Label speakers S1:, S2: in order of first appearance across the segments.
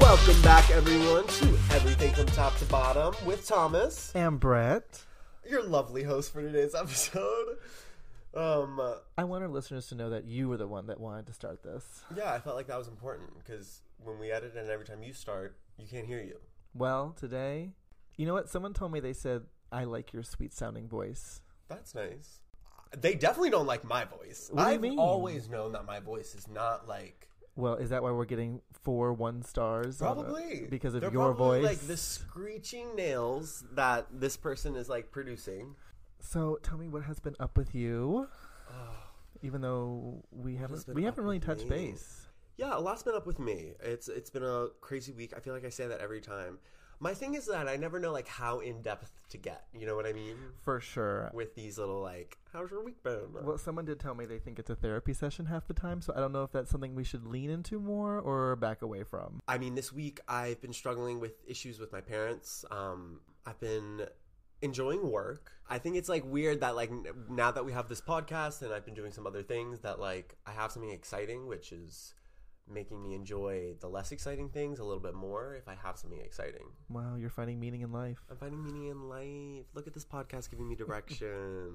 S1: Welcome back, everyone, to Everything from Top to Bottom with Thomas,
S2: And Brett,
S1: your lovely host for today's episode. Um,
S2: I want our listeners to know that you were the one that wanted to start this.
S1: yeah, I felt like that was important because when we edit and every time you start, you can't hear you.
S2: Well, today, you know what? Someone told me they said, I like your sweet sounding voice.
S1: That's nice. They definitely don't like my voice.
S2: What do you
S1: I've
S2: mean?
S1: always known that my voice is not like
S2: Well, is that why we're getting four one stars? on the-
S1: Probably
S2: uh, because of
S1: They're
S2: your
S1: probably,
S2: voice.
S1: like the screeching nails that this person is like producing.
S2: So tell me what has been up with you, even though we
S1: Oh. has
S2: haven't
S1: been
S2: we
S1: up
S2: haven't really
S1: with
S2: touched
S1: me?
S2: base.
S1: Yeah, a lot's been up with me. It's it's been a crazy week. I feel like I say that every time. My thing is that I never know like how in depth to get. You know what I mean?
S2: For sure.
S1: With these little like, how's your week been?
S2: Well, someone did tell me they think it's a therapy session half the time, so I don't know if that's something we should lean into more or back away from.
S1: I mean, this week I've been struggling with issues with my parents. Um, I've been enjoying work. I think it's like weird that like n- now that we have this podcast and I've been doing some other things that like I have something exciting, which is making me enjoy the less exciting things a little bit more if I have something exciting.
S2: Wow, you're finding meaning in life.
S1: I'm finding meaning in life. Look at this podcast giving me direction.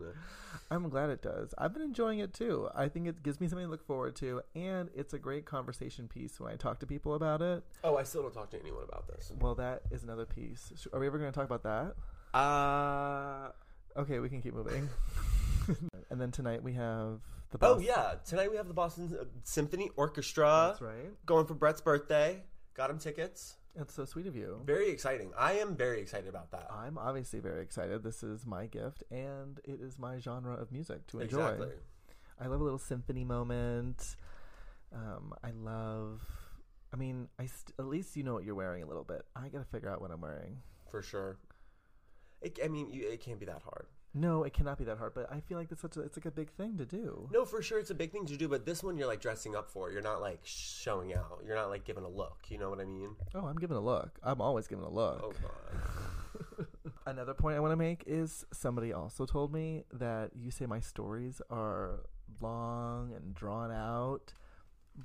S2: I'm glad it does. I've been enjoying it too. I think it gives me something to look forward to, and it's a great conversation piece when I talk to people about it.
S1: oh, I still don't talk to anyone about this.
S2: Well, that is another piece. Sh- Are we ever going to talk about that?
S1: Uh
S2: Okay, we can keep moving. and then tonight we have the
S1: Oh
S2: Bos-
S1: yeah, tonight we have the Boston uh, Symphony Orchestra.
S2: That's right.
S1: going for Brett's birthday. Got him tickets.
S2: That's so sweet of you.
S1: Very exciting. I am very excited about that.
S2: I'm obviously very excited. This is my gift, and it is my genre of music to enjoy.
S1: Exactly.
S2: I love a little symphony moment. Um, I love. I mean, I st- at least you know what you're wearing a little bit. I gotta figure out what I'm wearing.
S1: For sure. It, I mean, you, it can't be that hard.
S2: No, it cannot be that hard. But I feel like that's such a, it's like a big thing to do.
S1: No, for sure, it's a big thing to do, but this one you're like dressing up for. You're not like showing out. You're not like giving a look. You know what I mean?
S2: Oh, I'm giving a look. I'm always giving a look.
S1: Oh, God.
S2: Another point I want to make is somebody also told me that you say my stories are long and drawn out.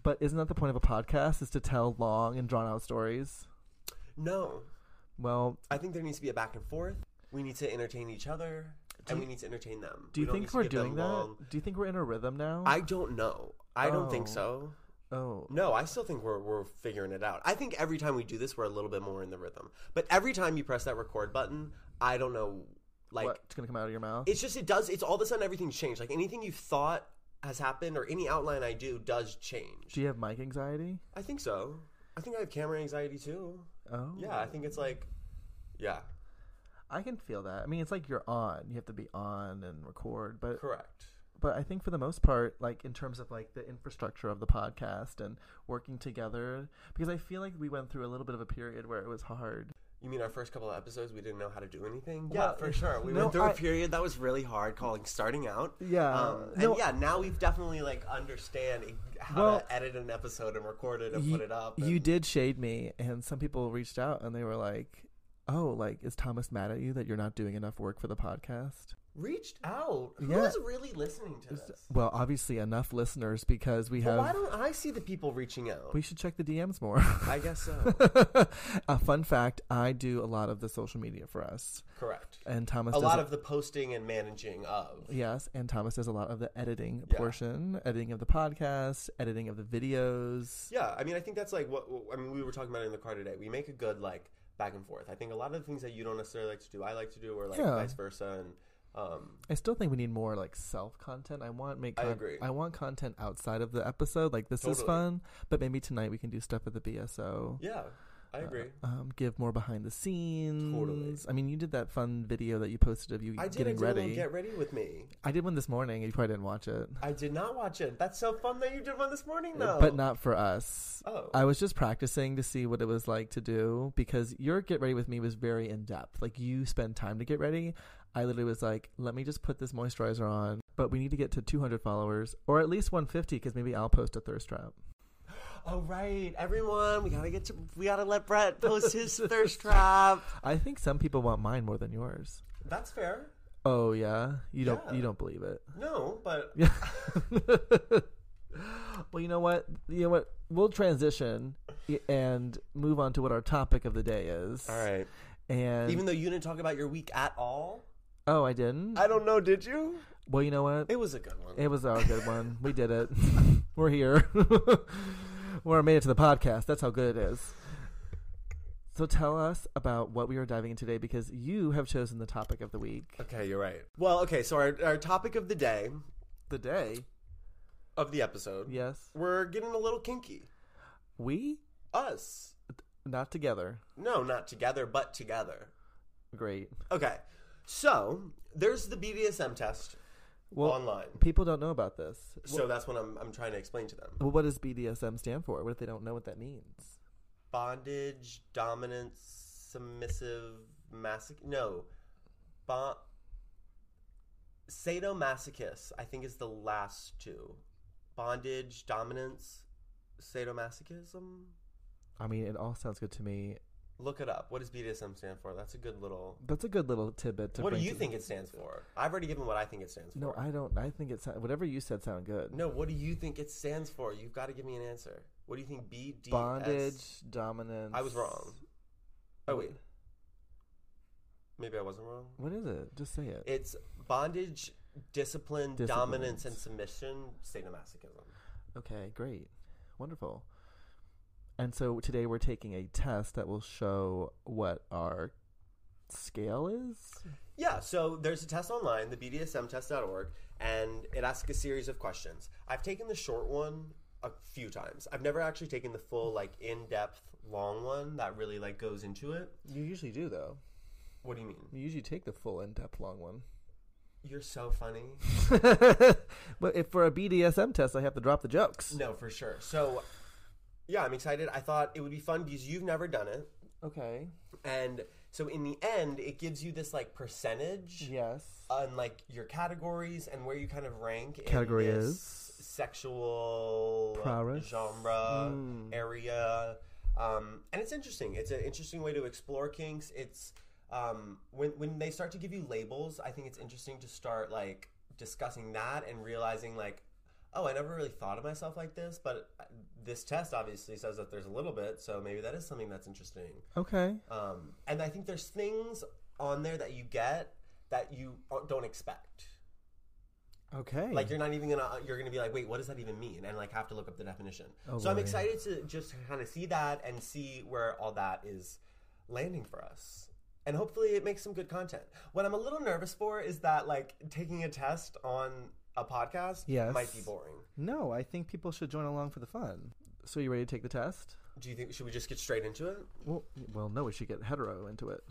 S2: But isn't that the point of a podcast? Is to tell long and drawn out stories?
S1: No.
S2: Well,
S1: I think there needs to be a back and forth. We need to entertain each other, and we need to entertain them.
S2: do
S1: We
S2: you
S1: don't need
S2: think
S1: to
S2: we're
S1: give them
S2: doing that?
S1: long-
S2: Do you think we're in a rhythm now?
S1: I don't know. I don't think
S2: Oh.
S1: so.
S2: oh,
S1: No, I still think we're we're figuring it out. I think every time we do this, we're a little bit more in the rhythm. But every time you press that record button, I don't know, like
S2: what's gonna come out of your mouth?
S1: it's just it does. It's all of a sudden everything's changed. Like anything you thought has happened or any outline I do does change.
S2: do you have mic anxiety?
S1: I think so. I think I have camera anxiety too.
S2: Oh,
S1: Yeah, I think it's like, yeah,
S2: I can feel that. I mean, it's like you're on. You have to be on and record, but
S1: correct.
S2: but I think for the most part, like in terms of like the infrastructure of the podcast and working together, because I feel like we went through a little bit of a period where it was hard.
S1: You mean our first couple of episodes we didn't know how to do anything?
S2: Well,
S1: We
S2: no,
S1: went through a
S2: I-
S1: period that was really hard, calling starting out.
S2: Yeah,
S1: Um, and
S2: no,
S1: yeah, now we've definitely like understand e- how
S2: Well-
S1: to edit an episode and record it and
S2: you,
S1: put it up.
S2: you
S1: and-
S2: did shade me, and some people reached out and they were like, "Oh, like is Thomas mad at you that you're not doing enough work for the podcast?"
S1: reached out.
S2: Yeah.
S1: Who's really listening to this?
S2: Well, obviously enough listeners because we
S1: Well, why
S2: have.
S1: don't I see the people reaching out?
S2: We should check the DMs more.
S1: I guess so.
S2: a fun fact: I do a lot of the social media for us,
S1: Correct.
S2: and Thomas
S1: A
S2: does
S1: lot of the posting and managing of.
S2: Yes, and Thomas does a lot of the editing
S1: Yeah.
S2: portion, editing of the podcast, editing of the videos.
S1: Yeah, I mean, I think that's like what what- I mean. We were talking about it in the car today. We make a good like back and forth. I think a lot of the things that you don't necessarily like to do, I like to do, or like
S2: Yeah.
S1: vice versa. And um,
S2: I still think we need more like self content. I want make
S1: I
S2: con-
S1: agree.
S2: I want content outside of the episode. Like this is
S1: Totally.
S2: fun, but maybe tonight we can do stuff at the BSO.
S1: yeah, I agree.
S2: Um, give more behind the scenes. I mean, you did that fun video that you posted of you
S1: I did
S2: getting
S1: I did a
S2: ready.
S1: little get ready with me.
S2: I did one this morning. You probably didn't watch it,
S1: I did not watch it. That's so fun that you did one this morning, though.
S2: Uh, but not for us.
S1: Oh,
S2: I was just practicing to see what it was like to do because your get ready with me was very in depth. Like you spend time to get ready. I literally was like, let me just put this moisturizer on, but we need to get to 200 followers or at least 150 because maybe I'll post a thirst trap.
S1: oh right, everyone. We gotta get to. We gotta let Brett post his thirst trap.
S2: I think some people want mine more than yours.
S1: That's fair.
S2: Oh yeah, you don't
S1: Yeah.
S2: you don't believe it.
S1: No, but
S2: Yeah. well, you know what? You know what? We'll transition y- and move on to what our topic of the day is.
S1: All right.
S2: And
S1: Even though you didn't talk about your week at all,
S2: oh, I didn't.
S1: I don't know. Did you?
S2: well, you know what?
S1: It was a good one.
S2: It was a good one. We did it. We're here. We're made it to the podcast. That's how good it is. So tell us about what we are diving into today because you have chosen the topic of the week.
S1: okay, you're right. Well, okay. So our, our topic of the day
S2: The day.
S1: of the episode,
S2: Yes.
S1: we're getting a little kinky.
S2: We
S1: Us,
S2: not together.
S1: no, not together, but together.
S2: Great.
S1: Okay. So there's the BDSM test
S2: Well,
S1: online.
S2: people don't know about this.
S1: So that's what I'm, I'm trying to explain to them.
S2: Well, what does BDSM stand for? What if they don't know what that means?
S1: Bondage, dominance, submissive, masoch. No. Bon- sadomasochist, I think, is the last two. Bondage, dominance, sadomasochism.
S2: I mean, it all sounds good to me.
S1: Look it up. What does BDSM stand for? That's a good little.
S2: That's a good little tidbit to
S1: What do
S2: bring
S1: you
S2: to-
S1: think it stands for? I've already given what I think it stands for.
S2: No, I don't. I think it's whatever you said sounded good.
S1: No, what do you think it stands for? You've got to give me an answer. What do you think BDS?
S2: Bondage, dominance.
S1: I was wrong. Oh wait, maybe I wasn't wrong.
S2: What is it? Just say it.
S1: It's bondage, discipline,
S2: Discipline.
S1: dominance, and submission. Sadomasochism.
S2: Okay, great. Wonderful. And so today we're taking a test that will show what our scale is.
S1: Yeah. So there's a test online, the BDSMtest.org, and it asks a series of questions. I've taken the short one a few times. I've never actually taken the full, like, in-depth, long one that really like goes into it.
S2: You usually do, though.
S1: What do you mean?
S2: You usually take the full in depth long one.
S1: You're so funny.
S2: but if for a BDSM test, I have to drop the jokes.
S1: No, for sure. So, yeah, I'm excited. I thought it would be fun because you've never done it.
S2: Okay.
S1: And so, in the end, it gives you this like percentage
S2: Yes.
S1: on like your categories and where you kind of rank in
S2: Category
S1: this
S2: is?
S1: sexual
S2: Prowess? Hmm.
S1: genre area. Um, and it's interesting. It's an interesting way to explore kinks. It's um, when when they start to give you labels. I think it's interesting to start like discussing that and realizing like, oh, I never really thought of myself like this. But uh, this test obviously says that there's a little bit, so maybe that is something that's interesting.
S2: Okay.
S1: Um, and I think there's things on there that you get that you don't expect.
S2: Okay.
S1: Like you're not even gonna you're gonna be like, wait, what does that even mean? And like have to look up the definition.
S2: Oh,
S1: so I'm
S2: boy.
S1: excited to just kind of see that and see where all that is landing for us. And hopefully it makes some good content. What I'm a little nervous for is that like taking a test on a podcast
S2: Yes.
S1: might be boring.
S2: no, I think people should join along for the fun. So you ready to take the test?
S1: Do you think should we just get straight into it?
S2: Well, well, no, we should get hetero into it.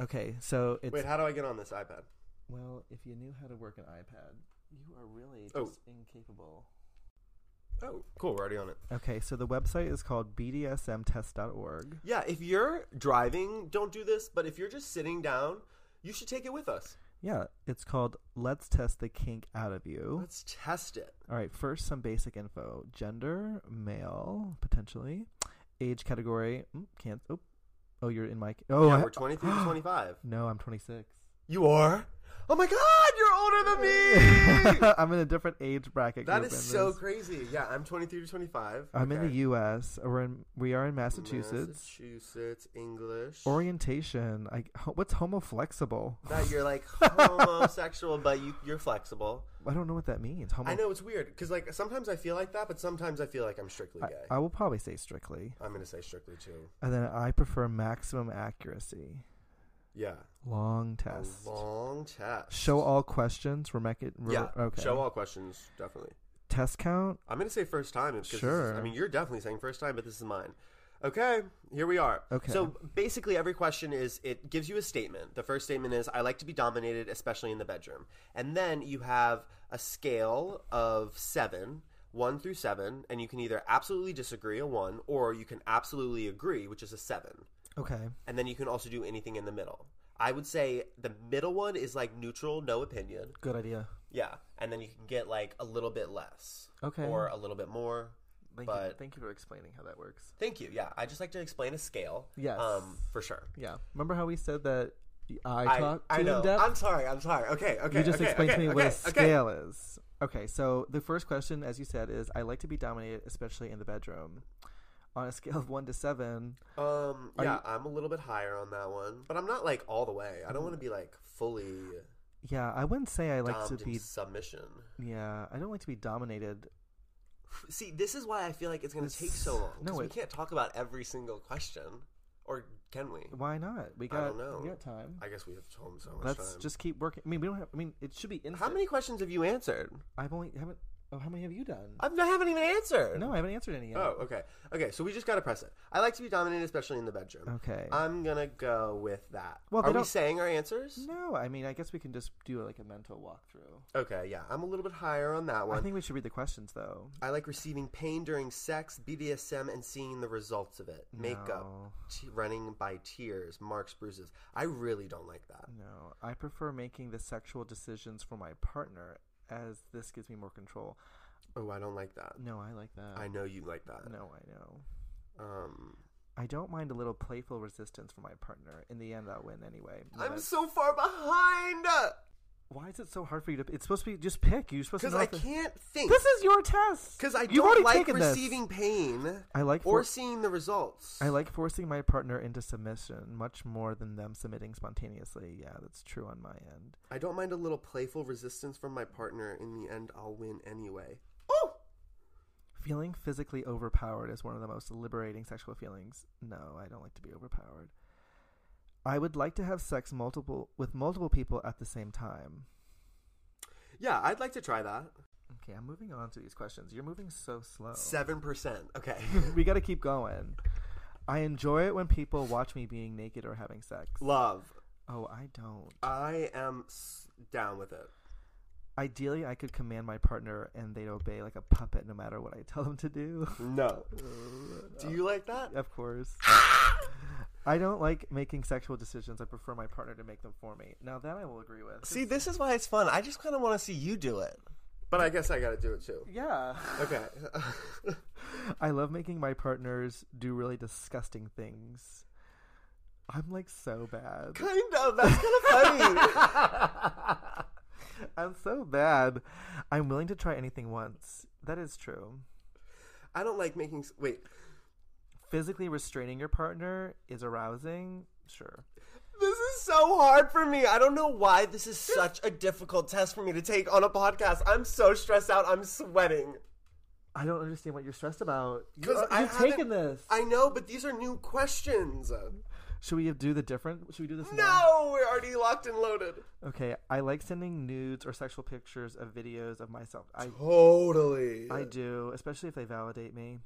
S2: okay, so it's
S1: Wait, how do I get on this iPad?
S2: well, if you knew how to work an iPad, you are really just
S1: Oh.
S2: incapable.
S1: Oh, cool, we're already on it.
S2: Okay, so the website is called bdsmtest.org.
S1: Yeah, if you're driving, don't do this, but if you're just sitting down, you should take it with us.
S2: Yeah, it's called Let's Test the Kink Out of You.
S1: Let's test it.
S2: All right, first some basic info: gender, male, potentially, age category. Mm, can't. Oh, oh, you're in my. Oh,
S1: yeah,
S2: I-
S1: we're 23 to 25.
S2: no, I'm 26.
S1: You are? Oh my god, you're older than me!
S2: I'm in a different age bracket.
S1: that
S2: group
S1: is
S2: in
S1: so
S2: this.
S1: crazy. Yeah, I'm 23 to 25.
S2: I'm in the
S1: Okay.
S2: U.S. We're in. We are in Massachusetts.
S1: Massachusetts, English.
S2: Orientation. I, ho- what's homo flexible?
S1: that you're like homosexual, but you, you're flexible.
S2: I don't know what that means. Homo.
S1: I know it's weird because like sometimes I feel like that, but sometimes I feel like I'm strictly
S2: I,
S1: gay.
S2: I will probably say strictly,
S1: I'm gonna say strictly too.
S2: and then I prefer maximum accuracy.
S1: Yeah,
S2: Long test.
S1: a long test.
S2: Show all questions. Remec- re-
S1: Yeah,
S2: Okay.
S1: show all questions definitely.
S2: Test count.
S1: I'm gonna say first time. because this is-
S2: Sure.
S1: I mean, you're definitely saying first time, but this is mine. Okay, here we are.
S2: Okay.
S1: So basically, every question is it gives you a statement. The first statement is I like to be dominated, especially in the bedroom, and then you have a scale of seven. One through seven, and you can either absolutely disagree a one, or you can absolutely agree, which is a seven.
S2: Okay.
S1: And then you can also do anything in the middle. I would say the middle one is like neutral, no opinion.
S2: Good idea.
S1: Yeah, and then you can get like a little bit less,
S2: Okay.
S1: or a little bit more.
S2: thank you,
S1: but-
S2: thank you for explaining how that works.
S1: Thank you. Yeah, I just like to explain a scale.
S2: Yes.
S1: um, for sure.
S2: Yeah. Remember how we said that I
S1: I,
S2: talk
S1: I
S2: too
S1: know.
S2: in depth?
S1: I'm sorry. I'm sorry. Okay. Okay.
S2: you just
S1: okay,
S2: explained
S1: okay,
S2: to me
S1: okay,
S2: what a
S1: okay.
S2: scale is. Okay, so the first question, as you said, is I like to be dominated, especially in the bedroom. On a scale of one to seven,
S1: Um,
S2: Are
S1: yeah,
S2: you-
S1: I'm a little bit higher on that one, but I'm not like all the way. I don't want to be like fully
S2: yeah, I wouldn't say I like
S1: domed
S2: to
S1: into
S2: be.
S1: submission.
S2: Yeah, I don't like to be dominated.
S1: See, this is why I feel like it's going to
S2: It's-
S1: take so long.
S2: no,
S1: No, we
S2: it-
S1: can't talk about every single question, or can we?
S2: Why not? We got.
S1: I don't know.
S2: We got time.
S1: I guess we have told him so much
S2: Let's
S1: time.
S2: just keep working. I mean, we don't have. I mean, it should be instant.
S1: How many questions have you answered?
S2: I've only haven't. Oh, how many have you done?
S1: I've, I haven't even answered.
S2: No, I haven't answered any yet.
S1: Oh, okay. Okay, so we just got to press it. I like to be dominated, especially in the bedroom.
S2: Okay.
S1: I'm gonna go with that.
S2: Well,
S1: Are
S2: they
S1: we
S2: don't-
S1: saying our answers?
S2: no, I mean, I guess we can just do like a mental walkthrough.
S1: Okay, yeah, I'm a little bit higher on that one.
S2: Mm-hmm. I think we should read the questions though.
S1: I like receiving pain during sex, BDSM, and seeing the results of it. Makeup,
S2: No,
S1: t- running by tears, marks, bruises. I really don't like that.
S2: no, I prefer making the sexual decisions for my partner, as this gives me more control.
S1: Oh, I don't like that.
S2: No, I like that.
S1: I know you like that.
S2: No, I know.
S1: Um,
S2: I don't mind a little playful resistance from my partner. In the end, I'll win anyway. No,
S1: I'm
S2: that's-
S1: so far behind
S2: Why is it so hard for you to? It's supposed to be just pick. You're supposed to.
S1: because
S2: Know
S1: I
S2: off the-
S1: can't think.
S2: This is your test.
S1: Because I
S2: You've
S1: don't
S2: already
S1: like
S2: taken this.
S1: receiving pain
S2: I like
S1: or
S2: for-
S1: seeing the results.
S2: I like forcing my partner into submission much more than them submitting spontaneously. Yeah, that's true on my end.
S1: I don't mind a little playful resistance from my partner. In the end, I'll win anyway. Oh,
S2: Feeling physically overpowered is one of the most liberating sexual feelings. No, I don't like to be overpowered. I would like to have sex multiple with multiple people at the same time.
S1: yeah, I'd like to try that.
S2: Okay, I'm moving on to these questions. You're moving so
S3: Oh.
S2: slow.
S1: Seven percent. Okay.
S2: we got to keep going. I enjoy it when people watch me being naked or having sex.
S1: Love.
S2: Oh, I don't.
S1: I am s- down with it.
S2: Ideally, I could command my partner and they'd obey like a puppet no matter what I tell them to do.
S1: No. Do you like that?
S2: Of course. I don't like making sexual decisions. I prefer my partner to make them for me. Now that I will agree with.
S3: See, this is why it's fun. I just kind of want to see you do it.
S1: But I guess I gotta do it too.
S2: yeah.
S1: Okay.
S2: I love making my partners do really disgusting things. I'm like so bad.
S1: kind of. That's kind of funny.
S2: I'm so bad. I'm willing to try anything once. That is true.
S1: I don't like making. s- Wait.
S2: Physically restraining your partner is arousing. Sure.
S1: This is so hard for me. I don't know why this is such a difficult test for me to take on a podcast. I'm so stressed out. I'm sweating.
S2: I don't understand what you're stressed about. You
S1: Because
S2: are-
S1: I
S2: You're, you've
S1: haven't-
S2: taken this.
S1: I know, but these are new questions.
S2: Should we do the different? Should we do this? now?
S1: No, we're already locked and loaded.
S2: Okay, I like sending nudes or sexual pictures of videos of myself. I
S1: Totally.
S2: I do, especially if they validate me.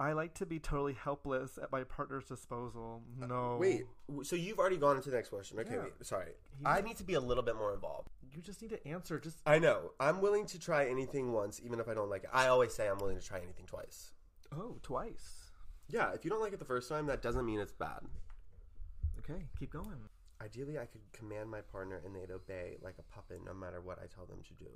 S2: I like to be totally helpless at my partner's disposal. No.
S1: Uh, Wait, w- so you've already gone into the next question. Okay,
S2: Yeah.
S1: wait, sorry. I need to be a little bit more involved.
S2: You just need to answer just
S1: I know. I'm willing to try anything once, even if I don't like it. I always say I'm willing to try anything twice.
S2: oh, twice.
S1: Yeah, if you don't like it the first time, that doesn't mean it's bad.
S2: Okay, keep going.
S1: Ideally, I could command my partner and they'd obey like a puppet no matter what I tell them to do.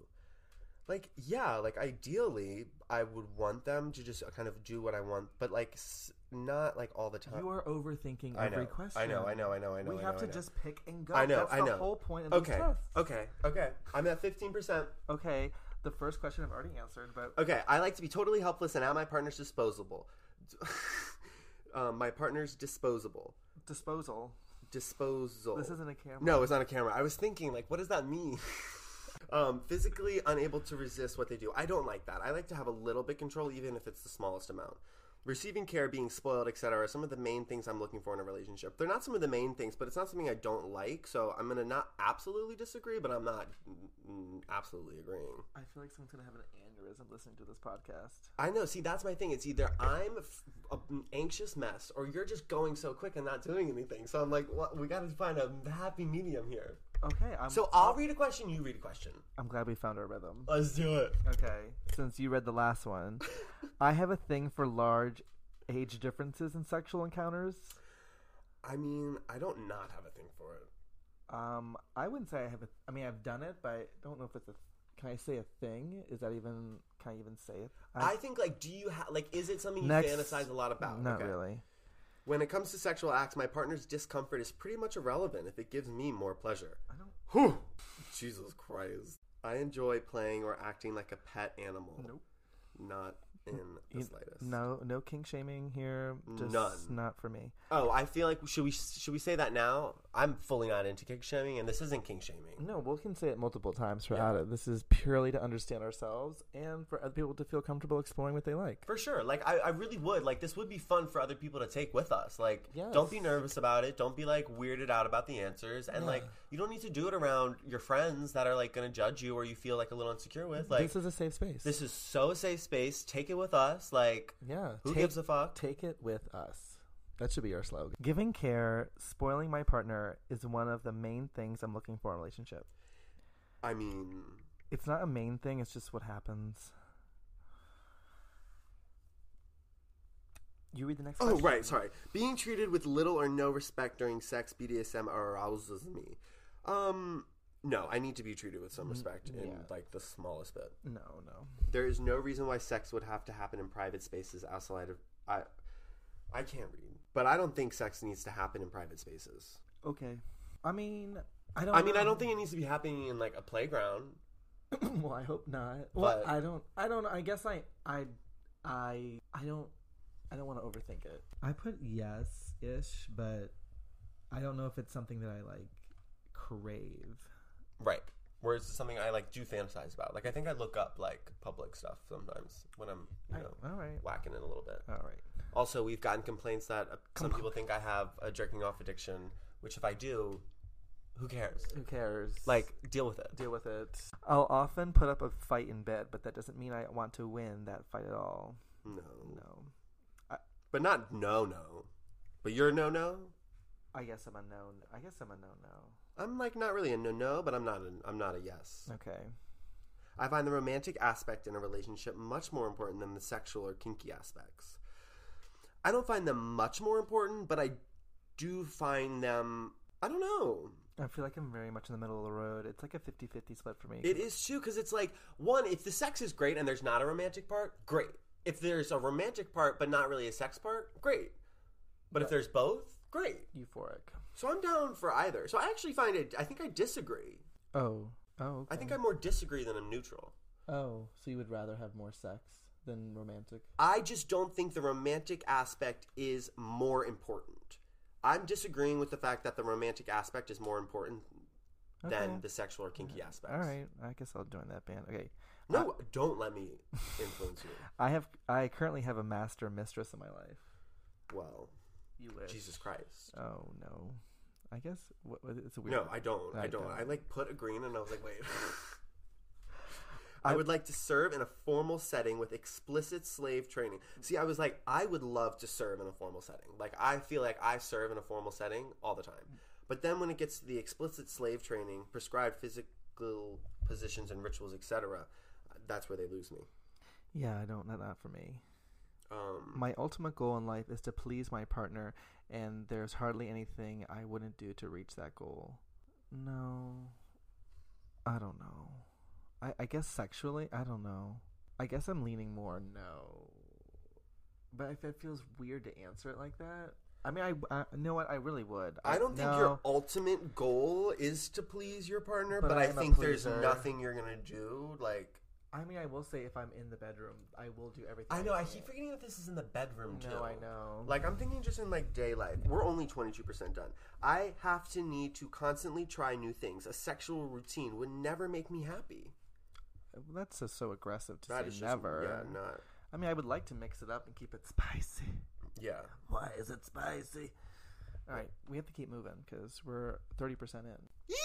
S1: Like, yeah, like ideally, I would want them to just uh, kind of do what I want, but like s- not like all the time.
S2: You are overthinking
S1: Uh, I
S2: every
S1: know,
S2: question.
S1: I know, I know, I know, I know.
S2: we
S1: I
S2: have
S1: know,
S2: to
S1: I know.
S2: just pick and go.
S1: I know,
S2: That's
S1: I
S2: the
S1: know.
S2: whole point of these
S1: Okay, Uh,
S2: tests.
S1: okay, okay. I'm at 15%.
S2: Okay, the first question I've already answered, but
S1: Okay, I like to be totally helpless and at my partner's disposable. um, my partner's disposable.
S2: disposal.
S1: Disposal.
S2: This isn't a camera.
S1: No, it's not a camera. I was thinking, like, what does that mean? um, physically unable to resist what they do. I don't like that. I like to have a little bit control, even if it's the smallest amount. Receiving care, being spoiled, etc., are some of the main things I'm looking for in a relationship. They're not some of the main things, but it's not something I don't like. So I'm gonna not absolutely disagree, but I'm not mm, absolutely agreeing.
S2: I feel like someone's gonna have an aneurysm listening to this podcast.
S1: I know. See, that's my thing. It's either I'm f- a- an anxious mess, or you're just going so quick and not doing anything. So I'm like, well, we got to find a happy medium here.
S2: Okay, I'm
S1: So I'll read a question. You read a question.
S2: I'm glad we found our rhythm.
S1: Let's do it.
S2: Okay, since you read the last one, I have a thing for large age differences in sexual encounters.
S1: I mean, I don't not have a thing for it.
S2: Um, I wouldn't say I have a. I mean, I've done it, but I don't know if it's a. Can I say a thing? Is that even? Can I even say it?
S1: I, think like, do you have like, is it something you
S2: Next-
S1: fantasize a lot about?
S2: Not
S1: Okay.
S2: really.
S1: When it comes to sexual acts, my partner's discomfort is pretty much irrelevant if it gives me more pleasure.
S2: I don't.
S1: Whew. Jesus Christ. I enjoy playing or acting like a pet animal.
S2: Nope.
S1: Not in the
S2: You-
S1: slightest.
S2: No, no king shaming here. Just
S1: None.
S2: not for me.
S1: Oh, I feel like should we should we say that now? I'm fully not into kink shaming, and this isn't kink shaming.
S2: No, we can say it multiple times throughout it. This is purely to understand ourselves and for other people to feel comfortable exploring what they like.
S1: For sure. Like I, I really would. Like this would be fun for other people to take with us. Like
S2: Yes.
S1: don't be nervous about it. Don't be like weirded out about the answers. And like you don't need to do it around your friends that are like gonna judge you or you feel like a little insecure with. Like
S2: this is a safe space.
S1: this is so safe space. Take it with us. Like
S2: yeah.
S1: who
S2: take,
S1: gives a fuck?
S2: take it with us. That should be our slogan. Giving care, spoiling my partner is one of the main things I'm looking for in a relationship.
S1: I mean
S2: It's not a main thing, it's just what happens. You read the next
S1: Oh
S2: question.
S1: right, sorry. Being treated with little or no respect during sex, BDSM, or arousal is me. Um no, I need to be treated with some respect in
S2: yeah.
S1: like the smallest bit.
S2: No, no.
S1: There is no reason why sex would have to happen in private spaces outside of I I can't read. But I don't think sex needs to happen in private spaces.
S2: Okay. I mean, I don't
S1: I mean, I
S2: know.
S1: don't think it needs to be happening in like a playground.
S2: well, I hope not. well,
S1: But-
S2: I don't. I don't. I guess I. I. I. I don't. I don't want to overthink it. I put yes ish, but I don't know if it's something that I like crave.
S1: Right. Whereas it's something I like do fantasize about. Like I think I look up like public stuff sometimes when I'm, you know,
S2: all right.
S1: whacking it a little bit.
S2: All right.
S1: Also, we've gotten complaints that uh, some people think I have a jerking off addiction, which if I do, who cares?
S2: Who cares?
S1: Like, deal with it.
S2: deal with it. I'll often put up a fight in bed, but that doesn't mean I want to win that fight at all.
S1: No.
S2: No.
S1: But not no, no. But you're no, no?
S2: I guess I'm a no. I guess I'm a no no.
S1: I'm like not really a no, no, but I'm not a, I'm not a yes.
S2: Okay.
S1: I find the romantic aspect in a relationship much more important than the sexual or kinky aspects. I don't find them much more important, but I do find them. I don't know.
S2: I feel like I'm very much in the middle of the road. It's like a 50-50 split for me.
S1: It is too, because it's like one, if the sex is great and there's not a romantic part, great. If there's a romantic part but not really a sex part, great. But if there's both, great.
S2: euphoric.
S1: So I'm down for either. So I actually find it. I think I disagree.
S2: Oh. Oh.
S1: I think I more disagree than I'm neutral.
S2: Oh, so you would rather have more sex than romantic?
S1: I just don't think the romantic aspect is more important. I'm disagreeing with the fact that the romantic aspect is more important
S2: Okay.
S1: than the sexual or kinky aspects.
S2: All right, I guess I'll join that band. Okay,
S1: No, don't let me influence you.
S2: I have I currently have a master mistress in my life.
S1: Well,
S2: You wish.
S1: Jesus Christ.
S2: Oh no, I guess what, what- it's a weird.
S1: No, I don't. I,
S2: I
S1: don't.
S2: don't.
S1: I like put a green and I was like, wait. I would like to serve in a formal setting with explicit slave training. See, I was like, I would love to serve in a formal setting. Like, I feel like I serve in a formal setting all the time. But then when it gets to the explicit slave training, prescribed physical positions and rituals, etc., that's where they lose me.
S2: Yeah, I don't. Not, not for me.
S1: Um,
S2: My ultimate goal in life is to please my partner, and there's hardly anything I wouldn't do to reach that goal. No, I don't know. I, I guess sexually, I don't know. I guess I'm leaning more no, but if it feels weird to answer it like that, I mean, I, I you know what I really would.
S1: I don't think
S2: no.
S1: your ultimate goal is to please your partner,
S2: But
S1: but,
S2: I
S1: I
S2: am a
S1: think there's
S2: pleaser.
S1: nothing you're going to do. Like,
S2: I mean, I will say if I'm in the bedroom, I will do everything.
S1: I know. I
S2: can.
S1: keep forgetting that this is in the bedroom too.
S2: No, I know.
S1: Like I'm thinking just in like day life. We're only 22% done. I have to need to constantly try new things. A sexual routine would never make me happy.
S2: That's just so aggressive to
S1: That
S2: say
S1: is just-
S2: never.
S1: Yeah, not.
S2: I mean, I would like to mix it up and keep it spicy.
S1: Yeah.
S2: Why is it spicy? All right, we have to keep moving because we're thirty percent in.
S1: Yee!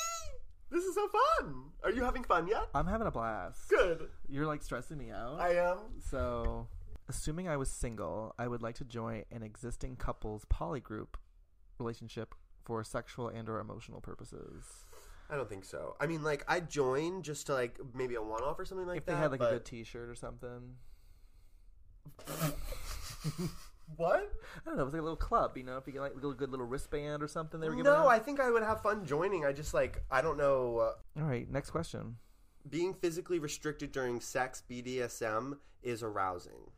S1: This is so fun. Are you having fun yet?
S2: I'm having a blast.
S1: Good.
S2: You're like stressing me out.
S1: I am.
S2: so, assuming I was single, I would like to join an existing couple's polygroup relationship for sexual and or emotional purposes.
S1: I don't think so. I mean, like I joined just to like maybe a one-off or something like
S2: if
S1: that.
S2: they had like
S1: but...
S2: a good T-shirt or something,
S1: what?
S2: I don't know. It was like a little club, you know. If you get like a little good little wristband or something, they were giving
S1: No,
S2: out.
S1: I think I would have fun joining. I just like I don't know. Uh,
S2: All right, next question.
S1: being physically restricted during sex BDSM is arousing.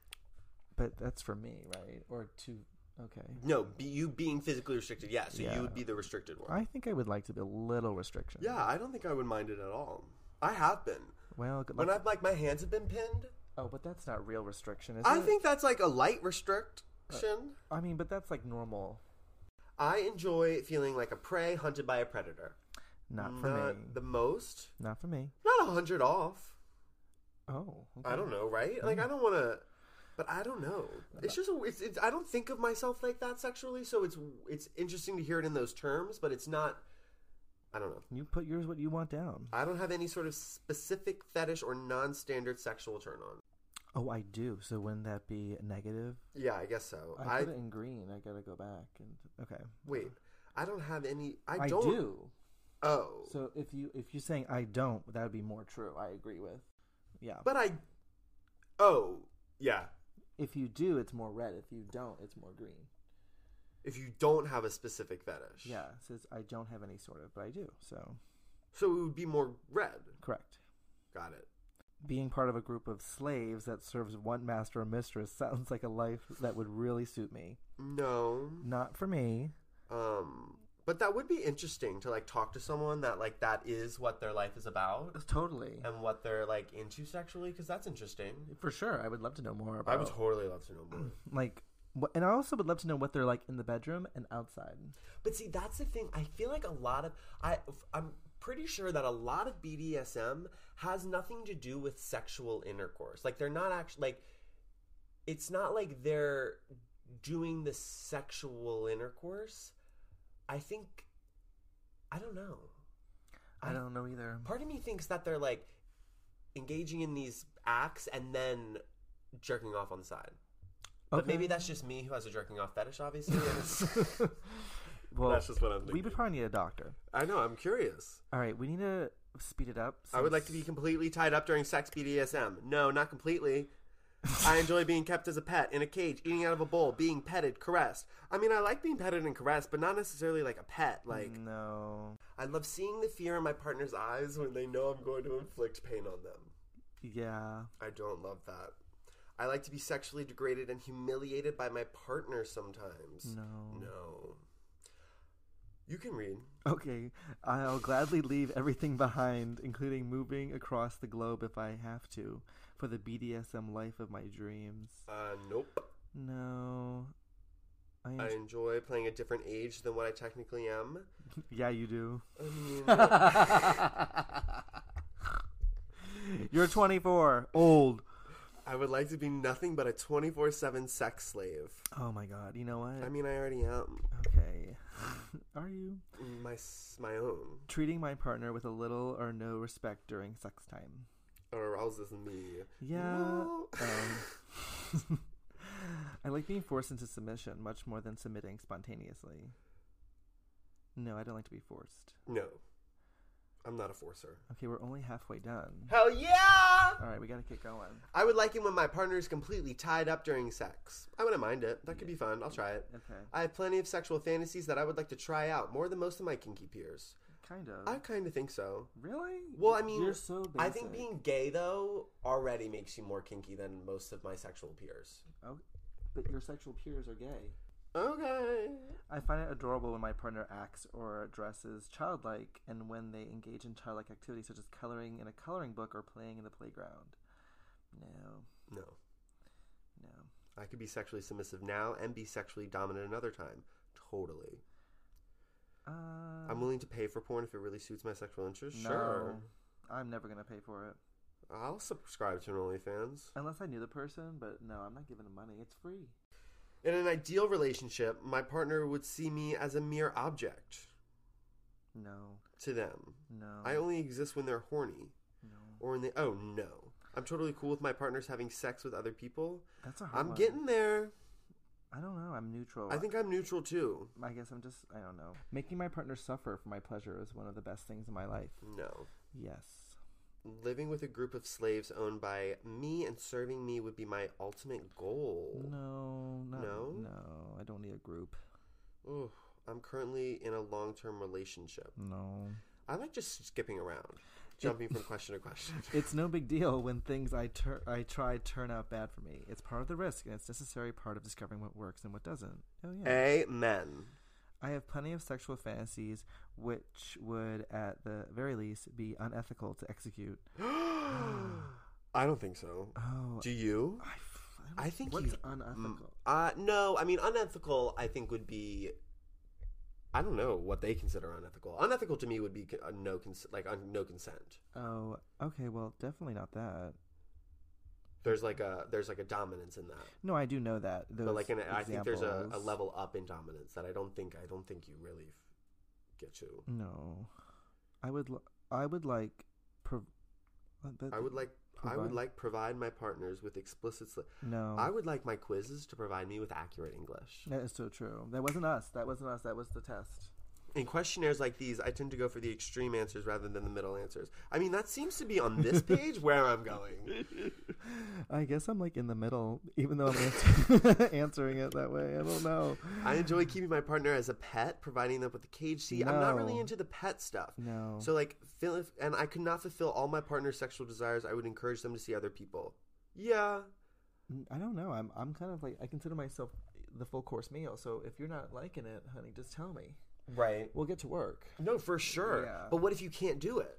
S2: But that's for me, right? Or two? Okay.
S1: No, be you being physically restricted. Yeah, so
S2: Yeah.
S1: you would be the restricted one.
S2: I think I would like to be a little restriction.
S1: yeah, I don't think I would mind it at all. I have been.
S2: Well, good
S1: When
S2: luck.
S1: I've like my hands have been pinned,
S2: oh, but that's not real restriction, is
S1: I
S2: it? Uh.
S1: think that's like a light restriction.
S2: I mean, but that's like normal.
S1: I enjoy feeling like a prey hunted by a predator.
S2: Not for
S1: Not
S2: me.
S1: the most.
S2: Not for me.
S1: Not a hundred off.
S2: Oh, okay. Mm-hmm.
S1: I don't know, right? Like I don't want to, but I don't know. It's just a- it's, it's I don't think of myself like that sexually, so it's it's interesting to hear it in those terms, but it's not. I don't know.
S2: You put yours what you want down.
S1: I don't have any sort of specific fetish or non-standard sexual turn on.
S2: Oh, I do. So wouldn't that be negative?
S1: Yeah, I guess so.
S2: I,
S1: Oh, I,
S2: put it in green. I gotta go back and okay.
S1: wait. I don't have any. I
S2: I
S1: don't.
S2: do.
S1: Oh,
S2: So if you if you're saying I don't, that would be more true. I agree with. Yeah.
S1: but I. Oh yeah.
S2: if you do, it's more red. If you don't, it's more green.
S1: If you don't have a specific fetish,
S2: Yeah. It says I don't have any sort of, but I do. So
S1: So it would be more red.
S2: correct.
S1: Got it.
S2: Being part of a group of slaves that serves one master or mistress sounds like a life that would really suit me.
S1: No.
S2: Not for me.
S1: Um. But that would be interesting to like talk to someone that like that is what their life is about
S2: Totally.
S1: and what they're like into sexually because that's interesting.
S2: For sure. I would love to know more
S1: I
S2: about
S1: would totally love to know more.
S2: like what, and I also would love to know what they're like in the bedroom and outside.
S1: But see, that's the thing. I feel like a lot of I I'm pretty sure that a lot of BDSM has nothing to do with sexual intercourse. Like they're not actually like it's not like they're doing the sexual intercourse. I think I don't know.
S2: I don't know either.
S1: Part of me thinks that they're like engaging in these acts and then jerking off on the side. But maybe that's just me who has a jerking off fetish, obviously.
S2: well,
S1: just what I'm
S2: we would probably need a doctor.
S1: I know, I'm curious.
S2: All right, we need to speed it up.
S1: I would like to be
S2: since-
S1: completely tied up during sex BDSM. No, not completely. I enjoy being kept as a pet in a cage, eating out of a bowl, being petted, caressed. I mean, I like being petted and caressed, but not necessarily like a pet. Like,
S2: Mm. no.
S1: I love seeing the fear in my partner's eyes when they know I'm going to inflict pain on them.
S2: Yeah.
S1: I don't love that. I like to be sexually degraded and humiliated by my partner sometimes.
S2: No.
S1: No. You can read.
S2: Okay, I'll gladly leave everything behind, including moving across the globe if I have to, for the BDSM life of my dreams.
S1: Uh, nope.
S2: No. I
S1: I
S2: enj-
S1: enjoy playing a different age than what I technically am.
S2: yeah, you do.
S1: I mean,
S2: You're 24, old.
S1: I would like to be nothing but a 24 7 sex slave.
S2: Oh my god, you know
S1: I
S2: what?
S1: mean, I already am.
S2: Okay. Are you?
S1: My, s- my own.
S2: Treating my partner with a little or no respect during sex time.
S1: Or arouses me.
S2: Yeah.
S1: No.
S2: Um, I like being forced into submission much more than submitting spontaneously. No, I don't like to be forced.
S1: No. I'm not a forcer.
S2: Okay, we're only halfway done.
S1: Hell yeah!
S2: All right, we gotta get going.
S1: I would like it when my partner is completely tied up during sex. I wouldn't mind it. That could be fun. I'll try it.
S2: Okay,
S1: I have plenty of sexual fantasies that I would like to try out more than most of my kinky peers.
S2: kind of.
S1: I kind of think so.
S2: Really?
S1: Well, I mean,
S2: you're so. Basic.
S1: I think being gay though already makes you more kinky than most of my sexual peers.
S2: Oh, but your sexual peers are gay.
S1: Okay.
S2: I find it adorable when my partner acts or dresses childlike and when they engage in childlike activities such as coloring in a coloring book or playing in the playground. No,
S1: No,
S2: no.
S1: I could be sexually submissive now and be sexually dominant another time. Totally.
S2: Uh,
S1: I'm willing to pay for porn if it really suits my sexual interest. Sure.
S2: no. I'm never going to pay for it.
S1: I'll subscribe to an OnlyFans.
S2: Unless I knew the person, but no, I'm not giving them money. It's free.
S1: In an ideal relationship, my partner would see me as a mere object
S2: No,
S1: to them.
S2: no.
S1: I only exist when they're horny
S2: No.
S1: or when they. Oh no. I'm totally cool with my partners having sex with other people.
S2: That's a hard
S1: I'm
S2: one.
S1: getting there.
S2: Oh, I don't know. I'm neutral.
S1: I think I'm neutral too.
S2: I guess I'm just. I don't know. Making my partner suffer for my pleasure is one of the best things in my life.
S1: No.
S2: Yes.
S1: Living with a group of slaves owned by me and serving me would be my ultimate goal.
S2: No, not,
S1: No?
S2: no. I don't need a group.
S1: Ooh, I'm currently in a long term relationship.
S2: No.
S1: I like just skipping around, jumping from question to question.
S2: It's no big deal when things I tur- I try turn out bad for me. It's part of the risk, and it's necessary part of discovering what works and what doesn't. Oh yeah.
S1: Amen.
S2: I have plenty of sexual fantasies which would, at the very least, be unethical to execute.
S1: I don't think so.
S2: Oh,
S1: Do you?
S2: I, f- I
S1: I
S2: don't-
S1: think
S2: what's
S1: you-
S2: unethical.
S1: Uh, no, I mean unethical. I think would be. I don't know what they consider unethical. Unethical to me would be uh, no cons- like un- no consent.
S2: Oh, okay. Well, definitely not that.
S1: There's like a there's like a dominance in that,
S2: No, I do know that. Those
S1: but like in a, I think there's a, a
S2: examples.
S1: level up in dominance that I don't think I don't think you really f- get to.
S2: No, I would. L- I would like. Prov- what the-
S1: I would like I
S2: Provide- Oh.
S1: would like provide my partners with explicit. sli-
S2: No,
S1: I would like my quizzes to provide me with accurate English.
S2: that is so true. That wasn't us. That wasn't us. That was the test.
S1: In questionnaires like these, I tend to go for the extreme answers rather than the middle answers. I mean, that seems to be on this page where I'm going.
S2: I guess I'm like in the middle, even though I'm answer- answering it that way. I don't know.
S1: I enjoy keeping my partner as a pet, providing them with the cage. See, I'm not really
S2: No.
S1: into the pet stuff.
S2: No.
S1: So, like, fill if, and I could not fulfill all my partner's sexual desires. I would encourage them to see other people. Yeah.
S2: Mm, I don't know. I'm I'm kind of like I consider myself the full course meal. So if you're not liking it, honey, just tell me.
S1: Right.
S2: We'll get to work.
S1: No, for sure.
S2: Yeah.
S1: But what if you can't do it?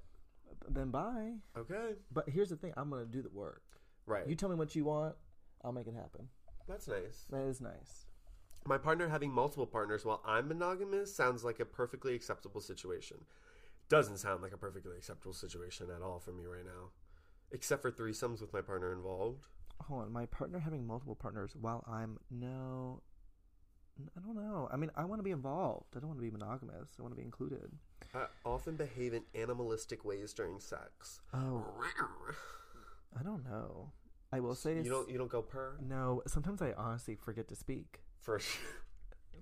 S2: Then bye.
S1: Okay.
S2: But here's the thing. I'm gonna do the work.
S1: Right.
S2: You tell me what you want. I'll make it happen.
S1: That's nice.
S2: That is nice.
S1: My partner having multiple partners while I'm monogamous sounds like a perfectly acceptable situation. Doesn't sound like a perfectly acceptable situation at all for me right now. Except for threesomes with my partner involved.
S2: Hold on. My partner having multiple partners while I'm no. n- I don't know. I mean, I want to be involved. I don't want to be monogamous. I want to be included.
S1: I often behave in animalistic ways during sex.
S2: Oh, I don't know. I will say
S1: You don't you don't go purr?
S2: no. Sometimes I honestly forget to speak.
S1: For sure.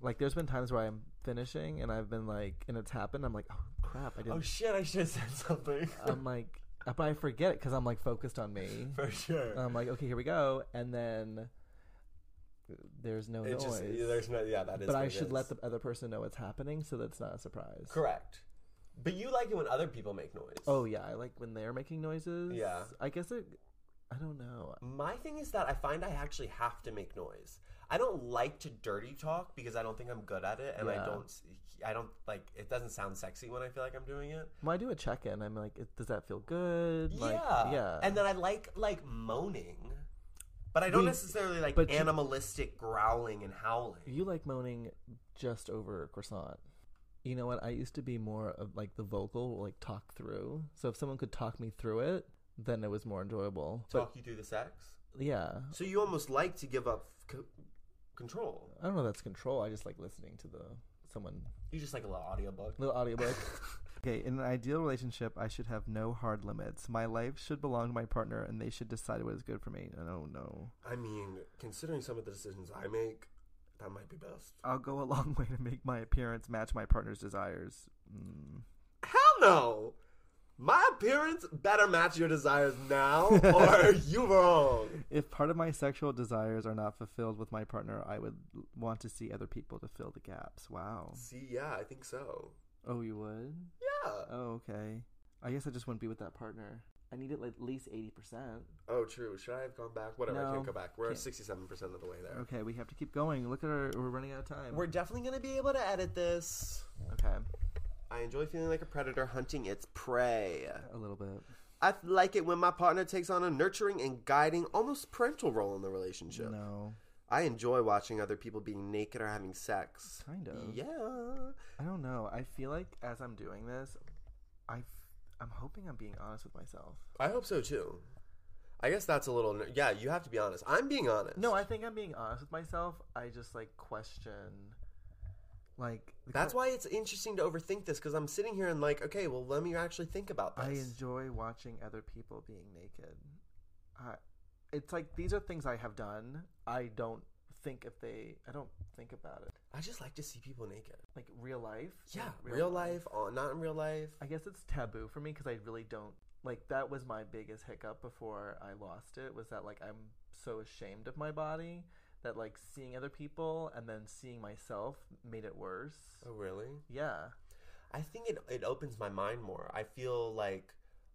S2: Like there's been times where I'm finishing and I've been like, and it's happened. I'm like, oh crap, I didn't.
S1: shit, I should have said something.
S2: I'm like, uh, but I forget it because I'm like focused on me.
S1: For sure.
S2: And I'm like, okay, here we go, and then there's no noise.
S1: no yeah, that
S2: but I should let the other person know what's happening so that's not a surprise.
S1: Correct. But you like it when other people make noise.
S2: Oh yeah, I like when they're making noises.
S1: Yeah.
S2: I guess it. I don't know.
S1: My thing is that I find I actually have to make noise. I don't like to dirty talk because I don't think I'm good at it, and I
S2: Yeah.
S1: don't, I don't like. It doesn't sound sexy when I feel like I'm doing it.
S2: When I do a check in, I'm like, it- does that feel good? Like,
S1: yeah,
S2: yeah.
S1: And then I like like moaning, but I don't
S2: We-
S1: necessarily like
S2: but you-
S1: animalistic growling and howling.
S2: You like moaning just over croissant. You know what? I used to be more of like the vocal, like talk through. So if someone could talk me through it, then it was more enjoyable.
S1: Talk you through the sex.
S2: But yeah,
S1: So you almost like to give up c- control.
S2: I don't know. If that's control. I just like listening to the someone
S1: You just like a little audiobook.
S2: little audiobook. okay, in an ideal relationship, I should have no hard limits. My life should belong to my partner, and they should decide what is good for me. I don't know.
S1: I mean, considering some of the decisions I make, that might be best.
S2: I'll go a long way to make my appearance match my partner's desires. Mm.
S1: Hell no! My appearance better match your desires now, or you wrong.
S2: If part of my sexual desires are not fulfilled with my partner, I would l- want to see other people to fill the gaps. Wow.
S1: See, yeah, I think so.
S2: Oh, you would?
S1: Yeah.
S2: Oh, okay. I guess I just wouldn't be with that partner. I need it like at least 80%.
S1: Oh, true. Should I have gone back? Whatever, I
S2: No.
S1: can't go back. We're
S2: Can't.
S1: sixty-seven percent of the way there.
S2: Okay, we have to keep going. Look at our, we're running out of time.
S1: We're definitely gonna be able to edit this.
S2: okay,
S1: I enjoy feeling like a predator hunting its prey.
S2: a little bit.
S1: I like it when my partner takes on a nurturing and guiding, almost parental role in the relationship.
S2: No,
S1: I enjoy watching other people being naked or having sex.
S2: kind of.
S1: Yeah.
S2: I don't know. I feel like as I'm doing this, I I'm hoping I'm being honest with myself.
S1: I hope so too. I guess that's a little. Yeah, you have to be honest. I'm being honest.
S2: No, I think I'm being honest with myself. I just like question, like the
S1: That's
S2: que-
S1: why it's interesting to overthink this because I'm sitting here and like, okay, well, let me actually think about
S2: I
S1: this.
S2: enjoy watching other people being naked. I, it's like these are things I have done. I don't think if they. I don't think about it.
S1: I, just like to see people naked.
S2: Like real life.
S1: Yeah, real, life, on, not in real life.
S2: I guess it's taboo for me because I really don't like that was my biggest hiccup before I lost it was that like I'm so ashamed of my body that like seeing other people and then seeing myself made it worse.
S1: Oh, really?
S2: Yeah.
S1: I think it it opens my mind more. I feel like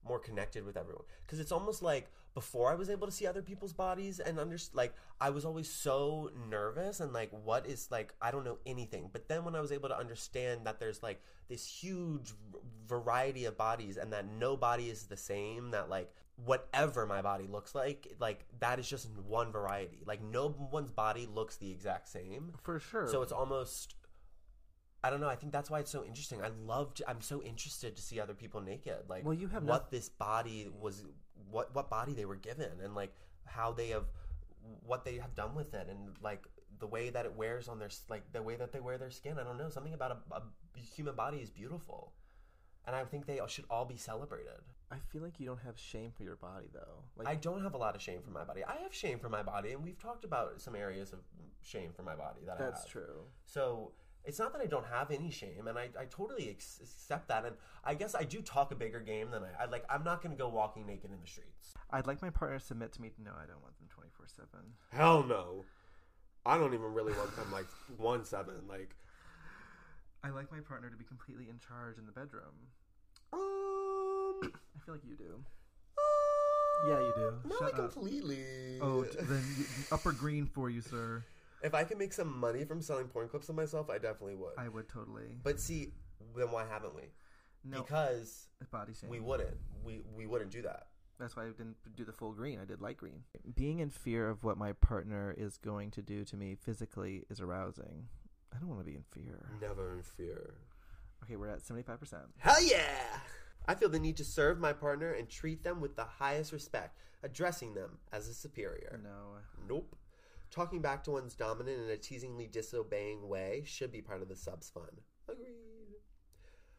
S1: more connected with everyone because it's almost like before I was able to see other people's bodies and under like I was always so nervous and like what is like I don't know anything but then when I was able to understand that there's like this huge v- variety of bodies and that no body is the same that like whatever my body looks like like that is just one variety like no one's body looks the exact same
S2: for sure.
S1: so it's almost I don't know. I think that's why it's so interesting. I love. To, I'm so interested to see other people naked. Like,
S2: Well, you have
S1: what this body was, what what body they were given, and like how they have, what they have done with it, and like the way that it wears on their s- like the way that they wear their skin. I don't know. Something about a, a human body is beautiful, and I think they should all be celebrated.
S2: I feel like you don't have shame for your body though. Like
S1: I don't have a lot of shame for my body. I have shame for my body, and we've talked about some areas of shame for my body that I
S2: that's
S1: have.
S2: true.
S1: So it's not that I don't have any shame, and I, I totally ex- accept that. And I guess I do talk a bigger game than I, I like. I'm not going to go walking naked in the streets.
S2: I'd like my partner to submit to me. No, I don't want them twenty four seven.
S1: Hell no. I don't even really want them like one seven. Like,
S2: I like my partner to be completely in charge in the bedroom.
S1: um,
S2: I feel like you do. Yeah, you do.
S1: not
S2: Shut
S1: like
S2: up.
S1: completely.
S2: Oh, t- then you, the upper green for you, sir.
S1: if I could make some money from selling porn clips of myself, I definitely would.
S2: I would totally.
S1: but see, then why haven't we?
S2: No
S1: Because
S2: body shame.
S1: we wouldn't. We we wouldn't do that.
S2: That's why I didn't do the full green. I did light green. Being in fear of what my partner is going to do to me physically is arousing. I don't want to be in fear.
S1: Never in fear. Mm.
S2: Okay, we're at seventy five percent.
S1: Hell yeah! I feel the need to serve my partner and treat them with the highest respect, addressing them as a superior.
S2: No.
S1: Nope. Talking back to one's dominant in a teasingly disobeying way should be part of the subs fun. Agreed.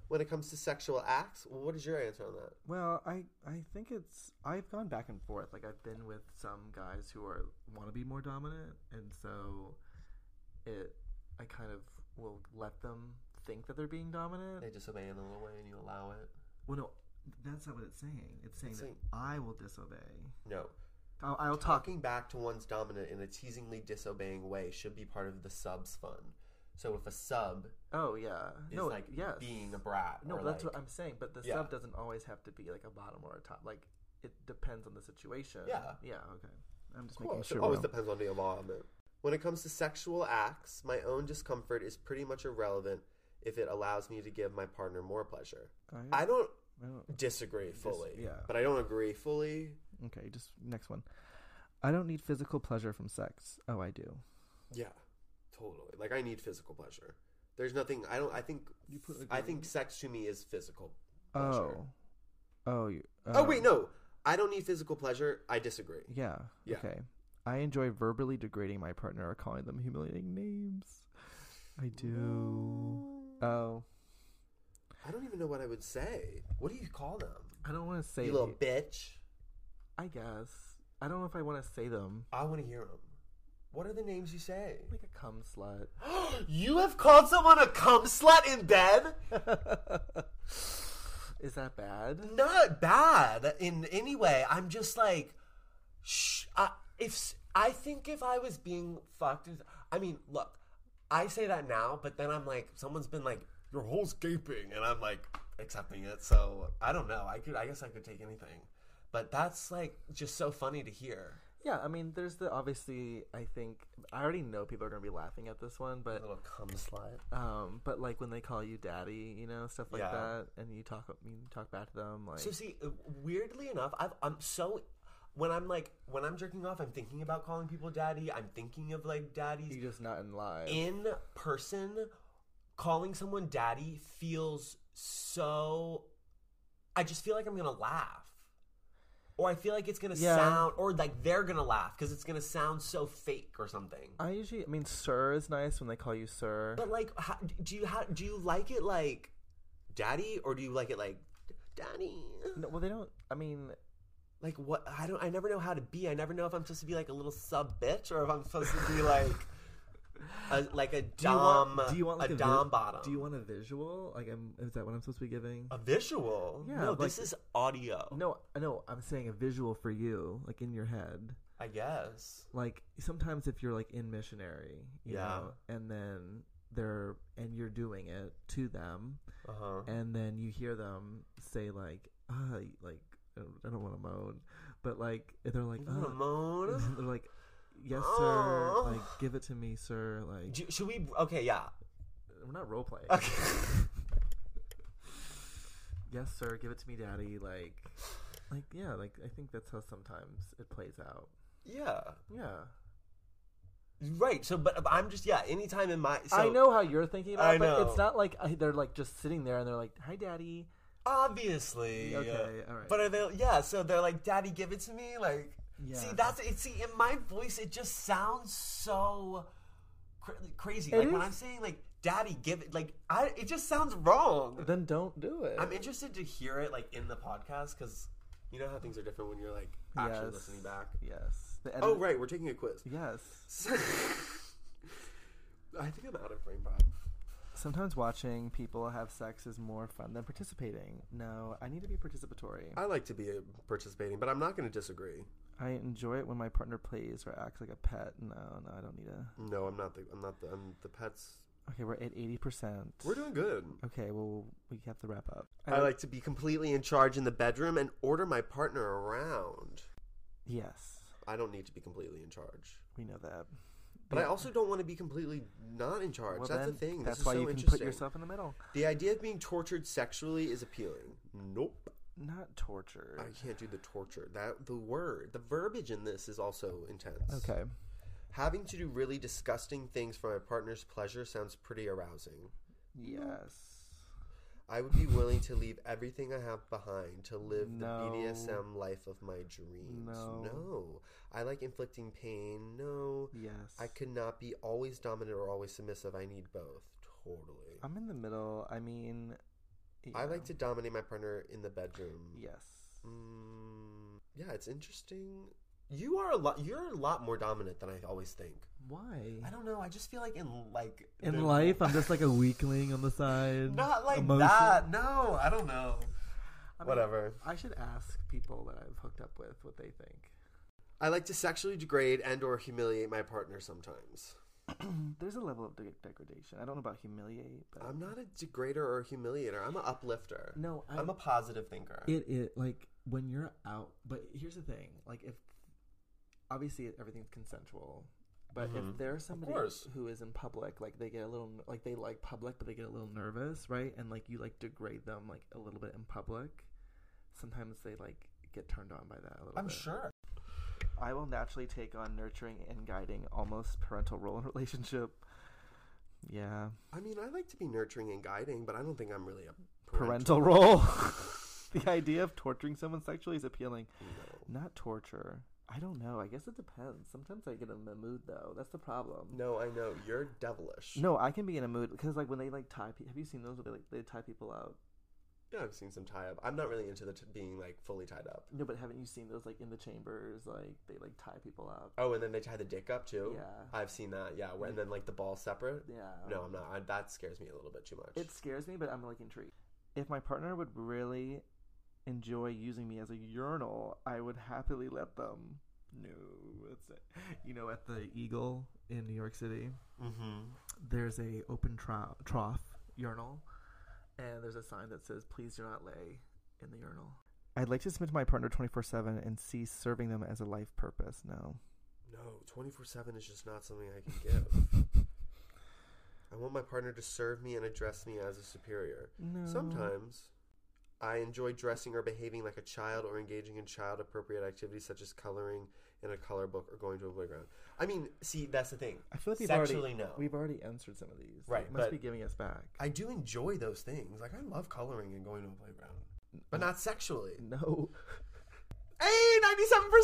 S1: When it comes to sexual acts, what is your answer on that?
S2: Well, I I think it's I've gone back and forth. Like I've been with some guys who are want to be more dominant, and so it I kind of will let them think that they're being dominant.
S1: They disobey in a little way and you allow it?
S2: well, no, that's not what it's saying. It's saying
S1: It's
S2: that
S1: saying-
S2: I will disobey.
S1: No.
S2: I'll, I'll talk.
S1: Talking back to one's dominant in a teasingly disobeying way should be part of the subs fun. So if a sub
S2: Oh yeah,
S1: is
S2: no,
S1: like
S2: yes.
S1: being a brat,
S2: No,
S1: or
S2: that's
S1: like,
S2: what I'm saying. But the
S1: Yeah.
S2: sub doesn't always have to be like a bottom or a top. Like it depends on the situation.
S1: Yeah.
S2: Yeah. Okay. I'm just
S1: Of
S2: making
S1: course,
S2: sure.
S1: it
S2: we're
S1: always
S2: on-
S1: depends on the environment. When it comes to sexual acts, my own discomfort is pretty much irrelevant if it allows me to give my partner more pleasure. I don't
S2: I don't-
S1: disagree fully,
S2: yeah.
S1: but I don't agree fully.
S2: Okay, just next one. I don't need physical pleasure from sex. Oh, I do.
S1: Yeah, totally. Like I need physical pleasure. There's nothing. I don't. I think.
S2: You put a
S1: I
S2: green-
S1: think sex to me is physical. Pleasure.
S2: Oh. Oh, you,
S1: Oh wait, no. I don't need physical pleasure. I disagree.
S2: Yeah.
S1: Yeah.
S2: Okay. I enjoy verbally degrading my partner or calling them humiliating names. I do. Oh.
S1: I don't even know what I would say. What do you call them?
S2: I don't want to say
S1: You little bitch.
S2: I guess. I don't know if I want to say them.
S1: I want to hear them. What are the names you say?
S2: Like a cum slut.
S1: you have called someone a cum slut in bed?
S2: Is that bad?
S1: Not bad in any way. I'm just like, shh. I, if s- I think if I was being fucked, is- I mean, look, I say that now, but then I'm like, someone's been like, your hole's gaping, and I'm like accepting it. So I don't know. I could, I guess, I could take anything, but that's like just so funny to hear.
S2: Yeah, I mean, there's the obviously. I think I already know people are gonna be laughing at this one, but
S1: Little cum slut.
S2: Um, but like when they call you daddy, you know, stuff like
S1: Yeah.
S2: that, and you talk you talk back to them, like
S1: So see, uh, weirdly enough, I've, I'm so when I'm like when I'm jerking off, I'm thinking about calling people daddy. I'm thinking of like daddies
S2: you're just not in line.
S1: in person. Calling someone daddy feels so. I just feel like I'm gonna laugh, or I feel like it's gonna
S2: Yeah.
S1: sound, or like they're gonna laugh because it's gonna sound so fake or something.
S2: I usually, I mean, sir is nice when they call you sir.
S1: But like, how, do you how, do you like it like daddy, or do you like it like daddy?
S2: No, well, they don't. I mean,
S1: like what I don't I never know how to be. I never know if I'm supposed to be like a little sub bitch or if I'm supposed to be like a, like a
S2: do you
S1: dom
S2: want do you want like
S1: a,
S2: vi-
S1: dom bottom.
S2: Do you want a visual? Like, I'm, is that what I'm supposed to be giving?
S1: a visual?
S2: Yeah,
S1: no,
S2: like-
S1: this is audio.
S2: no, no, I'm saying a visual for you, like in your head.
S1: I guess.
S2: Like sometimes if you're like in missionary, you
S1: Yeah.
S2: know, and then they're and you're doing it to them,
S1: Uh huh.
S2: and then you hear them say like, uh, like I don't- I don't want to moan, but like they're like, uh,
S1: Ramona.
S2: they're like, yes sir,
S1: Oh.
S2: like give it to me sir, like
S1: Do- Should we? Okay, yeah.
S2: we're not role playing.
S1: Okay.
S2: Yes sir, give it to me daddy, like, like yeah, like I think that's how sometimes it plays out.
S1: yeah.
S2: Yeah.
S1: Right. So, but I'm just yeah. Anytime in my. So,
S2: I know how you're thinking about
S1: I
S2: it, but
S1: know.
S2: it's not like I, they're like just sitting there and they're like, "Hi, daddy."
S1: Obviously. uh,
S2: Okay, all right.
S1: But are they? Yeah. So they're like, "Daddy, give it to me." Like, see,
S2: Yeah.
S1: that's it. See, in my voice, it just sounds so cra- crazy.
S2: It
S1: like when
S2: is.
S1: I'm saying like, "Daddy, give it," like, I it just sounds wrong.
S2: then don't do it.
S1: I'm interested to hear it like in the podcast because you know how things are different when you're like actually
S2: Yes.
S1: listening back.
S2: yes. The edit-
S1: Oh, right. We're taking a quiz.
S2: Yes.
S1: I think I'm out of brain pop.
S2: Sometimes watching people have sex is more fun than participating. No, I need to be participatory.
S1: I like to be uh, participating, but I'm not going to disagree.
S2: I enjoy it when my partner plays or acts like a pet. No, no, I don't need a.
S1: No, I'm not the. I'm not the. I'm the pets.
S2: Okay, we're at eighty percent.
S1: We're doing good.
S2: Okay, well we have to wrap up.
S1: I like to be completely in charge in the bedroom and order my partner around.
S2: Yes,
S1: I don't need to be completely in charge.
S2: we know that.
S1: But I
S2: Yeah.
S1: also don't want to be completely not in charge.
S2: Well,
S1: that's the
S2: then,
S1: thing.
S2: That's
S1: this is
S2: why
S1: so
S2: you can
S1: interesting.
S2: put yourself in the middle.
S1: The idea of being tortured sexually is appealing. Nope.
S2: Not torture.
S1: I can't do the torture. That the word, the verbiage in this is also intense.
S2: Okay.
S1: Having to do really disgusting things for my partner's pleasure sounds pretty arousing.
S2: Yes.
S1: I would be willing to leave everything I have behind to live
S2: No.
S1: the BDSM life of my dreams.
S2: No.
S1: No. I like inflicting pain. No.
S2: Yes.
S1: I could not be always dominant or always submissive. I need both. Totally.
S2: I'm in the middle. I mean,
S1: I
S2: yeah.
S1: like to dominate my partner in the bedroom.
S2: Yes.
S1: Mm, yeah, it's interesting. You are a lot. You're a lot more dominant than I always think.
S2: Why?
S1: I don't know. I just feel like in like
S2: In
S1: the-
S2: life, I'm just like a weakling on the side.
S1: Not like
S2: Emotion.
S1: that. No, I don't know.
S2: I mean,
S1: Whatever.
S2: I should ask people that I've hooked up with what they think.
S1: I like to sexually degrade and or humiliate my partner sometimes.
S2: There's a level of de- degradation. I don't know about humiliate, but
S1: I'm not a degrader or a humiliator. I'm an uplifter.
S2: No, I,
S1: I'm a positive thinker.
S2: It it like when you're out. But here's the thing: like if obviously everything's consensual, but
S1: Mhm.
S2: if there's somebody
S1: course.
S2: who is in public, like they get a little like they like public, but they get a little nervous, right? And like you like degrade them like a little bit in public. Sometimes they like get turned on by that a little
S1: I'm
S2: bit.
S1: sure.
S2: I will naturally take on nurturing and guiding almost parental role in a relationship. Yeah.
S1: I mean, I like to be nurturing and guiding, but I don't think I'm really a parental.
S2: Parental role. the idea of torturing someone sexually is appealing. Not torture. I don't know. I guess it depends. Sometimes I get in the mood though. That's the problem.
S1: No. no, I know you're devilish.
S2: No, I can be in a mood because like when they like tie. Pe- have you seen those where they like they tie people out?
S1: Yeah, I've seen some tie up. I'm not really into the t- being like fully tied up.
S2: No, but haven't you seen those like in the chambers? Like they like tie people up.
S1: Oh, and then they tie the dick up too.
S2: Yeah.
S1: I've seen that. Yeah, where, and then like the ball separate.
S2: Yeah.
S1: No, I'm not. I, that scares me a little bit too much.
S2: It scares me, but I'm like intrigued. If my partner would really enjoy using me as a urinal, I would happily let them. No, that's it. You know, at the Eagle in New York City,
S1: Mm-hmm.
S2: there's a open trough, trough urinal, and there's a sign that says, "Please do not lay in the urinal." I'd like to submit to my partner 24/7 and cease serving them as a life purpose. No.
S1: No, 24 7 is just not something I can give. I want my partner to serve me and address me as a superior.
S2: No.
S1: Sometimes I enjoy dressing or behaving like a child or engaging in child appropriate activities such as coloring in a color book or going to a playground. I mean, see, that's the thing.
S2: I feel like we've
S1: Sexually,
S2: already
S1: no.
S2: we've already answered some of these.
S1: Right,
S2: It must
S1: but-
S2: be giving us back.
S1: I do enjoy those things. Like, I love coloring and going to a playground, but not sexually.
S2: No.
S1: Hey,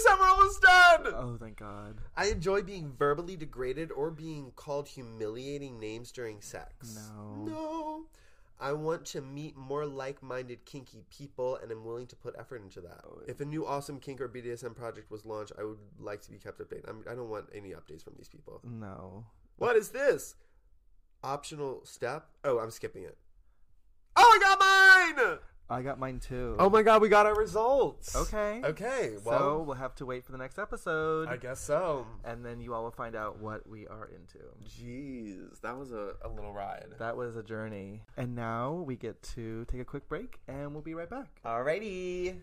S1: 97%, we're almost done!
S2: Oh, thank God.
S1: I enjoy being verbally degraded or being called humiliating names during sex.
S2: No.
S1: No. I want to meet more like minded kinky people and am willing to put effort into that. If a new awesome kink or BDSM project was launched, I would like to be kept updated. I'm, I don't want any updates from these people.
S2: No.
S1: What is this? Optional step? Oh, I'm skipping it. Oh, I got mine!
S2: I got mine too.
S1: Oh my god, we got our results.
S2: Okay.
S1: Okay.
S2: so
S1: Well,
S2: we'll have to wait for the next episode,
S1: I guess so.
S2: and then you all will find out what we are into.
S1: Jeez, that was a, a little ride.
S2: That was a journey, and now we get to take a quick break, and we'll be right back.
S1: Alrighty.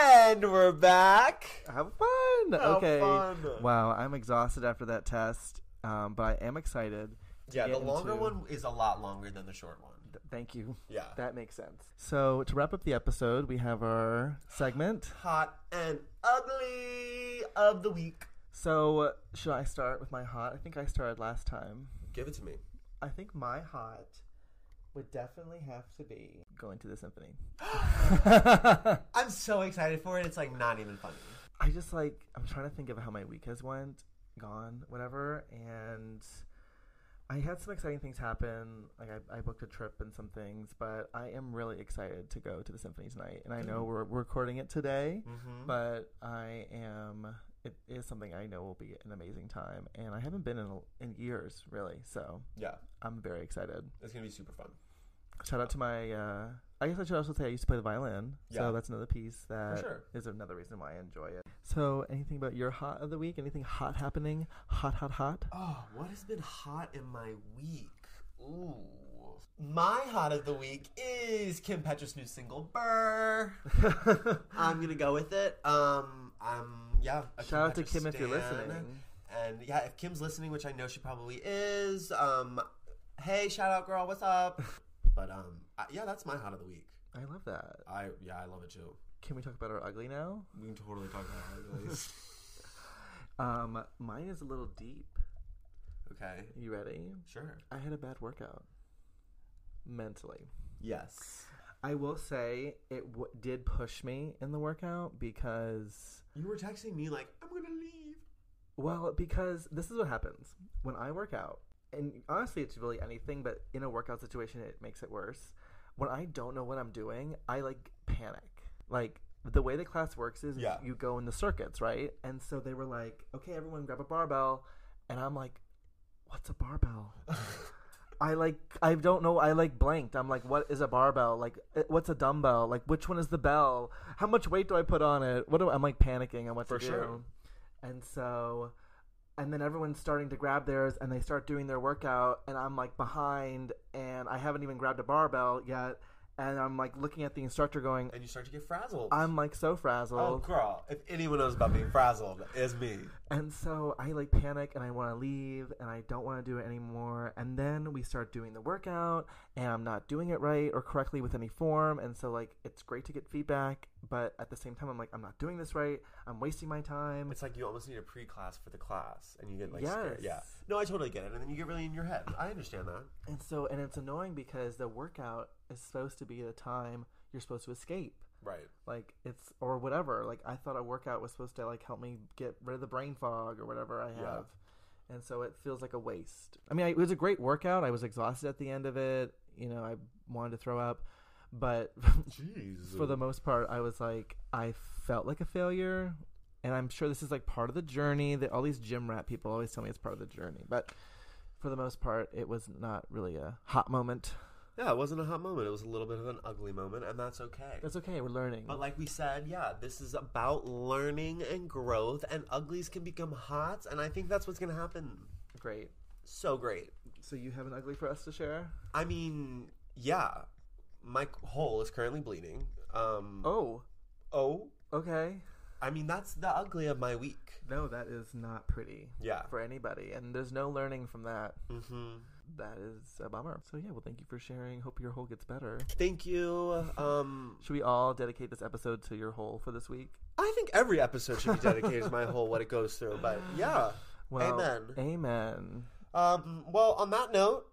S1: And we're back.
S2: Have fun. okay.
S1: fun.
S2: Wow, I'm exhausted after that test, um, but I am excited. to
S1: Yeah, the
S2: get
S1: longer
S2: into-
S1: one is a lot longer than the short one.
S2: Th- Thank you.
S1: Yeah.
S2: That makes sense. So to wrap up the episode, we have our segment.
S1: Hot and ugly of the week.
S2: So should I start with my hot? I think I started last time.
S1: Give it to me.
S2: I think my hot would definitely have to be going to the symphony.
S1: I'm so excited for it. It's like not even funny.
S2: I just like I'm trying to think of how my week has went, gone, whatever, and I had some exciting things happen. Like I, I booked a trip and some things, but I am really excited to go to the symphony tonight. And I know we're, we're recording it today,
S1: Mm-hmm.
S2: but I am. It is something I know will be an amazing time, and I haven't been in a- in years really. So
S1: Yeah,
S2: I'm very excited.
S1: it's gonna be super fun.
S2: Shout out to my. Uh, I guess I should also say I used to play the violin,
S1: Yeah.
S2: so that's another piece that is
S1: sure.
S2: another reason why I enjoy it. So, anything about your hot of the week? Anything hot happening? Hot, hot, hot.
S1: Oh, what has been hot in my week? Ooh. My hot of the week is Kim Petras' new single, Burr. I'm gonna go with it. Um, I'm yeah. a
S2: Shout out to
S1: Petras
S2: Kim if you're
S1: stan.
S2: listening.
S1: And yeah, if Kim's listening, which I know she probably is, um, hey, shout out, girl, what's up? but um, I, yeah, that's my hot of the week.
S2: I love that.
S1: I yeah, I love it too.
S2: Can we talk about our ugly now?
S1: We can totally talk about it.
S2: Um, mine is a little deep.
S1: okay,
S2: You ready?
S1: sure.
S2: I had a bad workout. Mentally,
S1: Yes,
S2: I will say it w- did push me in the workout because
S1: you were texting me like I'm gonna leave.
S2: Well, because this is what happens when I work out, and honestly, it's really anything, but in a workout situation, it makes it worse. When I don't know what I'm doing, I like panic. Like the way the class works is
S1: Yeah.
S2: you go in the circuits, right? And so they were like, okay, everyone grab a barbell. And I'm like, what's a barbell? I like, I don't know. I like blanked. I'm like, what is a barbell? Like, uh, what's a dumbbell? Like, which one is the bell? How much weight do I put on it? What do I'm like panicking on what
S1: For
S2: to do.
S1: sure.
S2: And so, and then everyone's starting to grab theirs and they start doing their workout. And I'm like behind and I haven't even grabbed a barbell yet. And I'm like looking at the instructor going,
S1: And you start to get frazzled.
S2: I'm like so
S1: oh,
S2: frazzled.
S1: girl, if anyone knows about being frazzled, it's me.
S2: And so I like panic and I want to leave and I don't want to do it anymore. And then we start doing the workout and I'm not doing it right or correctly with any form. And so, like, it's great to get feedback, but at the same time, I'm like, I'm not doing this right. I'm wasting my time.
S1: It's like you almost need a pre-class for the class, and you get like
S2: Yes.
S1: scared. Yeah. No, I totally get it, and then you get really in your head. I understand that.
S2: And so, and it's annoying because the workout is supposed to be the time you're supposed to escape.
S1: Right.
S2: Like, it's, or whatever. Like, I thought a workout was supposed to, like, help me get rid of the brain fog or whatever I have.
S1: Yeah.
S2: and so it feels like a waste. I mean, I, it was a great workout. I was exhausted at the end of it. You know, I wanted to throw up, but
S1: Jeez.
S2: for the most part, I was like, I felt like a failure. And I'm sure this is like part of the journey. That all these gym rat people always tell me it's part of the journey, but for the most part, it was not really a hot moment.
S1: Yeah, it wasn't a hot moment. It was a little bit of an ugly moment, and that's okay.
S2: That's okay. We're learning.
S1: But like we said, yeah, this is about learning and growth, and uglies can become hot, and I think that's what's gonna happen.
S2: Great.
S1: So great.
S2: So you have an ugly for us to share?
S1: I mean, yeah, my hole is currently bleeding. Um, oh.
S2: Oh, okay.
S1: I mean that's the ugly of my week.
S2: No, that is not pretty
S1: Yeah.
S2: for anybody, and there's no learning from that.
S1: hmm
S2: That is a bummer. So yeah, well, thank you for sharing. Hope your hole gets better.
S1: Thank you. Um,
S2: Should we all dedicate this episode to your hole for this week?
S1: I think every episode should be dedicated to my whole what it goes through, but yeah. Amen.
S2: Amen.
S1: Um, well, on that note,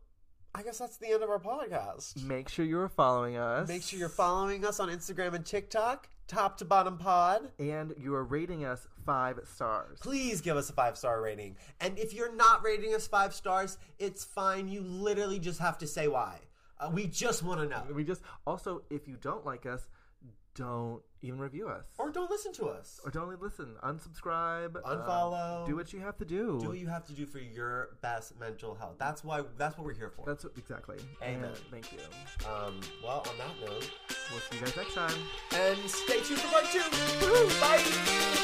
S1: I guess that's the end of our podcast.
S2: Make sure you are following us.
S1: Make sure you're following us on Instagram and TikTok, top to bottom pod.
S2: and you are rating us five stars.
S1: Please give us a five star rating. And if you're not rating us five stars, it's fine. You literally just have to say why. Uh, we just want to know.
S2: We just also, if you don't like us, don't even review us
S1: Or don't listen to us.
S2: or don't even listen. Unsubscribe. um,
S1: Unfollow.
S2: do what you have to do.
S1: Do what you have to do for your best mental health. That's why. That's what we're here for.
S2: That's what, exactly.
S1: Amen.
S2: And thank you.
S1: Um, well, on that note,
S2: We'll see you guys next time.
S1: and stay tuned for part two. Woo-hoo. Bye.